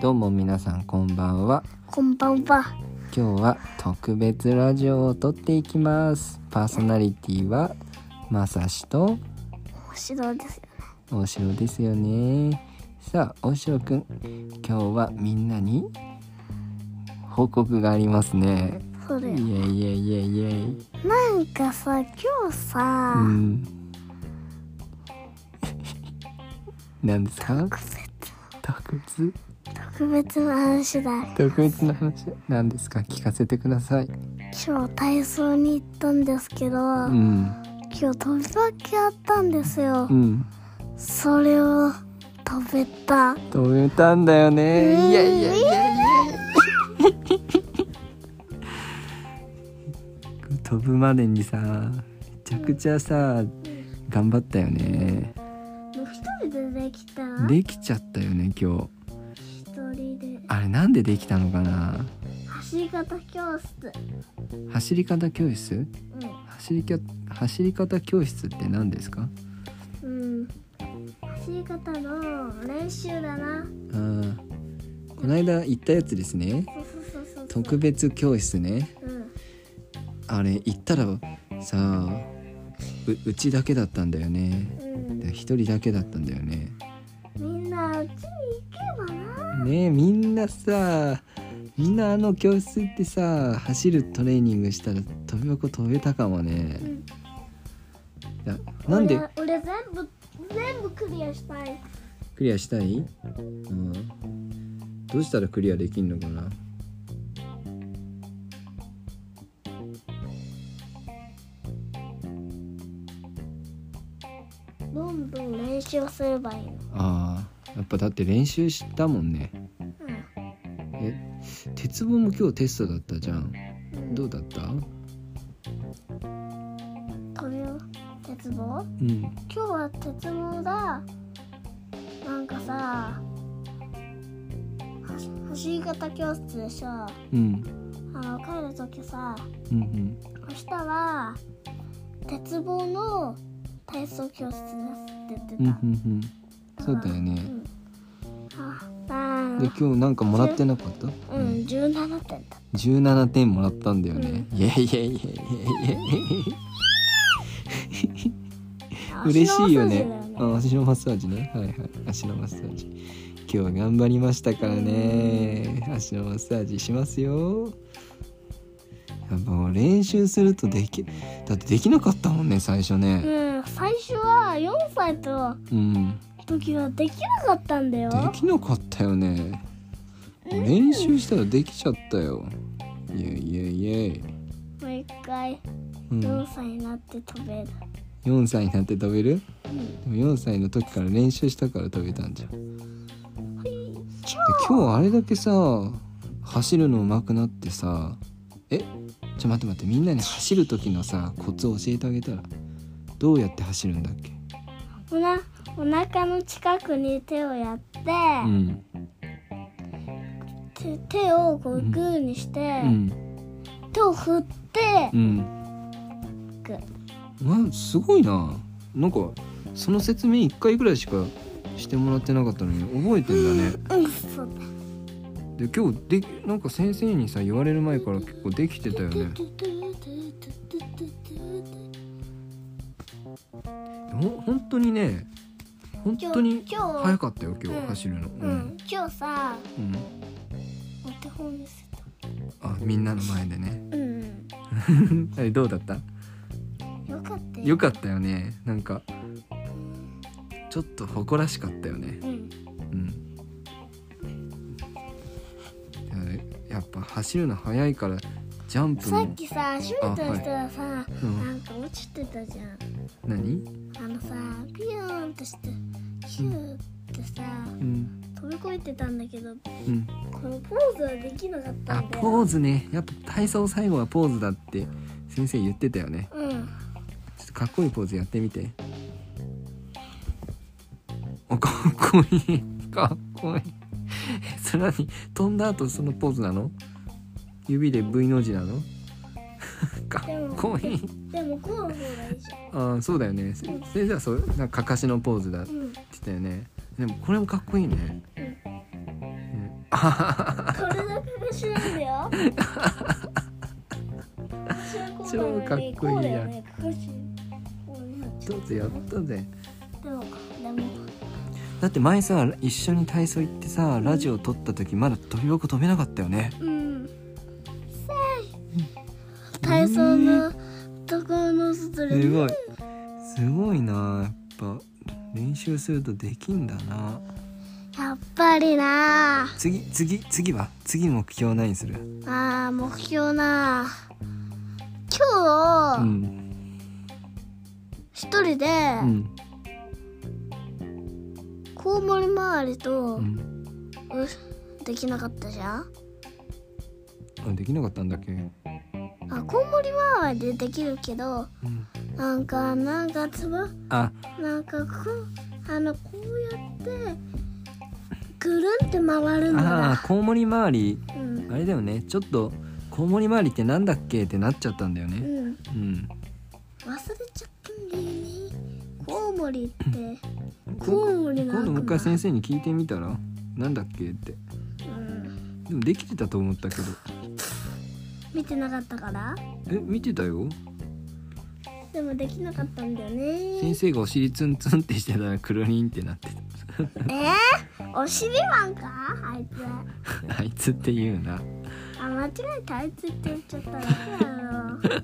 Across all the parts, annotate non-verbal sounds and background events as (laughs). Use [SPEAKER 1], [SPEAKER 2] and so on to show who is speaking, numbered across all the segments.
[SPEAKER 1] どうも皆さんこんばんは
[SPEAKER 2] こんばんは。
[SPEAKER 1] 今日は特別ラジオを撮っていきますパーソナリティはまさしと
[SPEAKER 2] 星野です。
[SPEAKER 1] 大城ですよねさあ大城くん今日はみんなに報告がありますね
[SPEAKER 2] そうだ
[SPEAKER 1] イエ
[SPEAKER 2] よ。
[SPEAKER 1] イイエイイエイイエイ
[SPEAKER 2] なんかさ、今日さ、
[SPEAKER 1] うん (laughs) 何ですか特
[SPEAKER 2] 特別
[SPEAKER 1] 別
[SPEAKER 2] 特別な話だ。
[SPEAKER 1] 特別な話何ですか聞かせてください
[SPEAKER 2] 今日体操に行ったんですけど、
[SPEAKER 1] うん
[SPEAKER 2] 今日飛び分けあったんですよ
[SPEAKER 1] う。ん
[SPEAKER 2] それを飛べた。
[SPEAKER 1] 止めたんだよねいやいやいやいや飛ぶまでにさめちゃくちゃさ頑張ったよね
[SPEAKER 2] もう一人でできた
[SPEAKER 1] できちゃったよね今日
[SPEAKER 2] 一人で。
[SPEAKER 1] あれなんでできたのかな
[SPEAKER 2] 走り方教室。
[SPEAKER 1] 走り方教室
[SPEAKER 2] うん。
[SPEAKER 1] 走りか走り方教室って何ですか
[SPEAKER 2] うん。走り方の練習だな。
[SPEAKER 1] あーこの間行ったやつですね
[SPEAKER 2] そうそうそうそう。
[SPEAKER 1] 特別教室ね
[SPEAKER 2] うん。
[SPEAKER 1] あれ行ったらさううちだけだったんだよね
[SPEAKER 2] うん。
[SPEAKER 1] で一人だけだったんだよね
[SPEAKER 2] みんなうちに行けばな。
[SPEAKER 1] ねえみんなさみんなあの教室行ってさ走るトレーニングしたら飛び箱飛べたかもね
[SPEAKER 2] うん
[SPEAKER 1] ななんで
[SPEAKER 2] 俺俺全部全部クリアしたい。
[SPEAKER 1] クリアしたい、うん、どうしたらクリアできるのかな
[SPEAKER 2] どんどん練習すればいいの。
[SPEAKER 1] あーやっぱだって練習したもんねえ鉄棒も今日テストだったじゃん
[SPEAKER 2] うん。
[SPEAKER 1] どうだったう
[SPEAKER 2] 飛びよ鉄棒？
[SPEAKER 1] ん
[SPEAKER 2] 今日は鉄棒だ。なんかさ、はし走り方教室でしょ。あ
[SPEAKER 1] うん
[SPEAKER 2] の帰る時さ、
[SPEAKER 1] うんうん
[SPEAKER 2] 明日は鉄棒の体操教室ですって言ってた。
[SPEAKER 1] うんうんうんそうだよね
[SPEAKER 2] うん。あ、
[SPEAKER 1] で今日なんかもらってなかった
[SPEAKER 2] あ、うん、十七点だ。
[SPEAKER 1] 17点もらったんだよね、イエイエイエイエイエイ嬉しいよね
[SPEAKER 2] うん、
[SPEAKER 1] あ足のマッサージねはいはい足のマッサージ今日は頑張りましたからね足のマッサージしますよやっぱもう練習するとできだってできなかったもんね最初ね
[SPEAKER 2] 最初は4歳と
[SPEAKER 1] うん
[SPEAKER 2] 時はできなかったんだよ。
[SPEAKER 1] できなかったよね練習したらできちゃったよイエイイエイイエイ、
[SPEAKER 2] もう一回
[SPEAKER 1] うん
[SPEAKER 2] 4、歳になって飛べる。
[SPEAKER 1] 4歳になって飛べる
[SPEAKER 2] うん、
[SPEAKER 1] でも4歳の時から練習したから飛べたんじゃんで
[SPEAKER 2] 超
[SPEAKER 1] 今日あれだけさ走るの上手くなってさえちょ待って待ってみんなに走る時のさコツを教えてあげたらどうやって走るんだっけ
[SPEAKER 2] おなお腹の近くに手をやって、
[SPEAKER 1] うん
[SPEAKER 2] て手をこうグーにして、
[SPEAKER 1] うん
[SPEAKER 2] 手を振って
[SPEAKER 1] う、ん
[SPEAKER 2] グー
[SPEAKER 1] わすごいななんかその説明1回ぐらいしかしてもらってなかったのに覚えてんだね
[SPEAKER 2] うん、そうだ。
[SPEAKER 1] で今日でなんか先生にさ言われる前から結構できてたよねほ本当にね本当に
[SPEAKER 2] 今日
[SPEAKER 1] 早かったよ今
[SPEAKER 2] う
[SPEAKER 1] 日
[SPEAKER 2] ん
[SPEAKER 1] 走るの、
[SPEAKER 2] う
[SPEAKER 1] うん
[SPEAKER 2] ん、今日さ、
[SPEAKER 1] うん
[SPEAKER 2] お手本見せた。
[SPEAKER 1] あみんなの前でね (laughs)
[SPEAKER 2] うん、
[SPEAKER 1] あれどうだった
[SPEAKER 2] よかった
[SPEAKER 1] よかったよねなんかちょっと誇らしかったよね
[SPEAKER 2] うん、
[SPEAKER 1] うんあれやっぱ走るの速いからジャンプ
[SPEAKER 2] さ
[SPEAKER 1] も
[SPEAKER 2] っきさ初めての人はさ、
[SPEAKER 1] うん
[SPEAKER 2] なんか落ちてたじゃん
[SPEAKER 1] 何
[SPEAKER 2] あのさピューンとしてヒューってさ
[SPEAKER 1] うん
[SPEAKER 2] 飛び越えてたんだけど
[SPEAKER 1] うん
[SPEAKER 2] このポーズはできなかった
[SPEAKER 1] あ
[SPEAKER 2] んだよ
[SPEAKER 1] ポーズねやっぱ体操最後はポーズだって先生言ってたよね
[SPEAKER 2] うん
[SPEAKER 1] ちょっとかっこいいポーズやってみておかっこいいかっこいいえそれ何飛んだ後そのポーズなの指で V の字なのかっこいい
[SPEAKER 2] でもこうの方がいいじ
[SPEAKER 1] あーそうだよねせ先生はそうなんかかかしのポーズだっ
[SPEAKER 2] ゃ
[SPEAKER 1] て
[SPEAKER 2] んうん
[SPEAKER 1] 言ったよねでもこれもかっこいいね、ね
[SPEAKER 2] これだけが知らんだよ私はこうなのに
[SPEAKER 1] (laughs) 超かっこいいやん
[SPEAKER 2] こうだよねこうしこうなっちゃ
[SPEAKER 1] ど
[SPEAKER 2] う
[SPEAKER 1] うぞやったぜ
[SPEAKER 2] でもでも
[SPEAKER 1] だって前さ一緒に体操行ってさラジオ撮った時まだ飛び箱止めなかったよね
[SPEAKER 2] うんせい体操のところの外です
[SPEAKER 1] ごいすごいなやっぱ練習するとできんだな
[SPEAKER 2] やっぱりな
[SPEAKER 1] 次次次は次目標何する
[SPEAKER 2] あー目標な今
[SPEAKER 1] う
[SPEAKER 2] 日
[SPEAKER 1] ん
[SPEAKER 2] 一人で
[SPEAKER 1] うん
[SPEAKER 2] コウモリ周りと
[SPEAKER 1] うん
[SPEAKER 2] うできなかったじゃん
[SPEAKER 1] あできなかったんだっけうん
[SPEAKER 2] あコウモリ周りでできるけどなんかなんかつぶ
[SPEAKER 1] あ
[SPEAKER 2] なんかこうあのこうやってぐるんって回るんだ
[SPEAKER 1] あ
[SPEAKER 2] な
[SPEAKER 1] ーコウモリ周り
[SPEAKER 2] うん
[SPEAKER 1] あれだよねちょっとコウモリ周りってなんだっけってなっちゃったんだよ
[SPEAKER 2] う
[SPEAKER 1] ね
[SPEAKER 2] ん
[SPEAKER 1] うん
[SPEAKER 2] 忘れちゃったんだよねコウモリってコ
[SPEAKER 1] こ
[SPEAKER 2] ウモリの
[SPEAKER 1] 今度もう一
[SPEAKER 2] 悪
[SPEAKER 1] 回
[SPEAKER 2] 魔
[SPEAKER 1] 先生に聞いてみたらなんだっけって
[SPEAKER 2] うん
[SPEAKER 1] でもできてたと思ったけど
[SPEAKER 2] 見てなかったから
[SPEAKER 1] え見てたよ
[SPEAKER 2] でもできなかったんだよ
[SPEAKER 1] 先
[SPEAKER 2] ね
[SPEAKER 1] 生がお尻ツンツンってしてたらクロリンってなって
[SPEAKER 2] えー、お尻マンかあいつ
[SPEAKER 1] た (laughs) あいつって言うな
[SPEAKER 2] あ間違えてあいつって言っちゃっただ (laughs) けだよ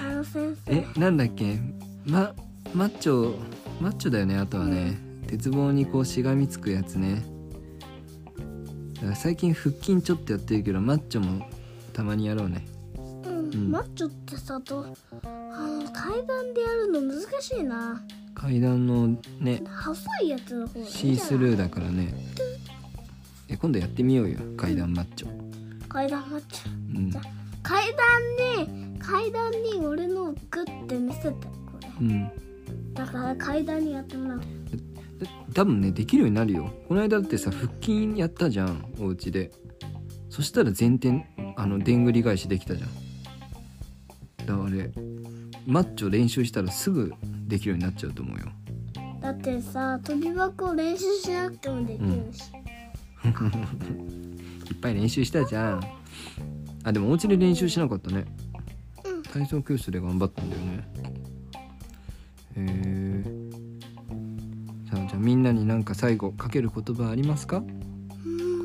[SPEAKER 2] あの先生
[SPEAKER 1] えなんだっけまマッチョマッチョだよねあとはね、鉄棒にこうしがみつくやつねだから最近腹筋ちょっとやってるけどマッチョもたまにやろうね
[SPEAKER 2] うん
[SPEAKER 1] うん
[SPEAKER 2] マッチョってさとあの階段でやるの難しいな
[SPEAKER 1] 階段のね
[SPEAKER 2] 細いやつの方がいいんじゃ
[SPEAKER 1] シ
[SPEAKER 2] な
[SPEAKER 1] ー
[SPEAKER 2] い
[SPEAKER 1] スルーだからねえ今度やってみようよ階段マッチョ、
[SPEAKER 2] 階段マッチョ
[SPEAKER 1] うん
[SPEAKER 2] じゃ階段に階段に俺のをグッて見せてこれ
[SPEAKER 1] うん、
[SPEAKER 2] だから階段にやってもらう
[SPEAKER 1] で多分ねできるようになるよこの間だってさ腹筋やったじゃんお家でそしたら前転あのでんぐり返しできたじゃんだからあれマッチョ練習したらすぐできるようになっちゃうと思うよ
[SPEAKER 2] だってさ飛び箱練習しなくてもできるし、
[SPEAKER 1] いっぱい練習したじゃんあでもお家で練習しなかったね
[SPEAKER 2] うん
[SPEAKER 1] 体操教室で頑張ったんだよねへえさあじゃあみんなになんか最後かける言葉ありますか
[SPEAKER 2] うん
[SPEAKER 1] こ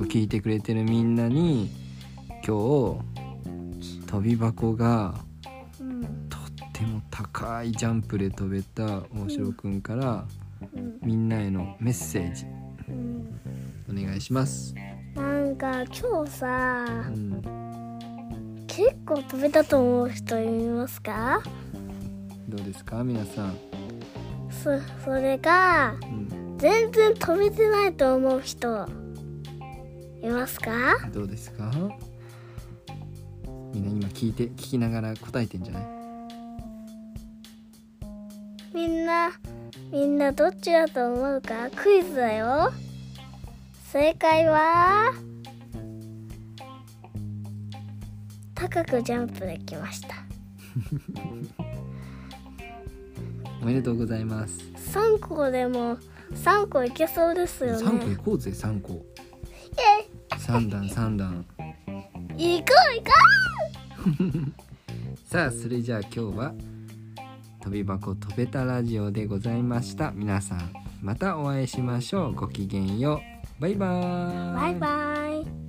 [SPEAKER 1] う聞いてくれてるみんなに今日飛び箱が
[SPEAKER 2] うん
[SPEAKER 1] とっても高いジャンプで飛べた大城くんから
[SPEAKER 2] うん
[SPEAKER 1] みんなへのメッセージ
[SPEAKER 2] うん
[SPEAKER 1] お願いします。
[SPEAKER 2] なんか今日さ
[SPEAKER 1] うん、
[SPEAKER 2] 結構飛べたと思う人いますか
[SPEAKER 1] どうですか皆さん。
[SPEAKER 2] そそれが
[SPEAKER 1] うん、
[SPEAKER 2] 全然飛べてないと思う人いますか
[SPEAKER 1] どうですかみんな今聞いて聞きながら答えてんじゃない
[SPEAKER 2] みんなみんなどっちだと思うかクイズだよ正解は高くジャンプできました
[SPEAKER 1] おめでとうございます。
[SPEAKER 2] 3個でも3個いけそうですよ
[SPEAKER 1] 3個行
[SPEAKER 2] ね
[SPEAKER 1] こうぜ3個。3段3段。
[SPEAKER 2] えいこういこ
[SPEAKER 1] さあそれじゃあ今日は飛び箱飛べたラジオでございました皆さんまたお会いしましょうごきげんようバイバー
[SPEAKER 2] うバイバイ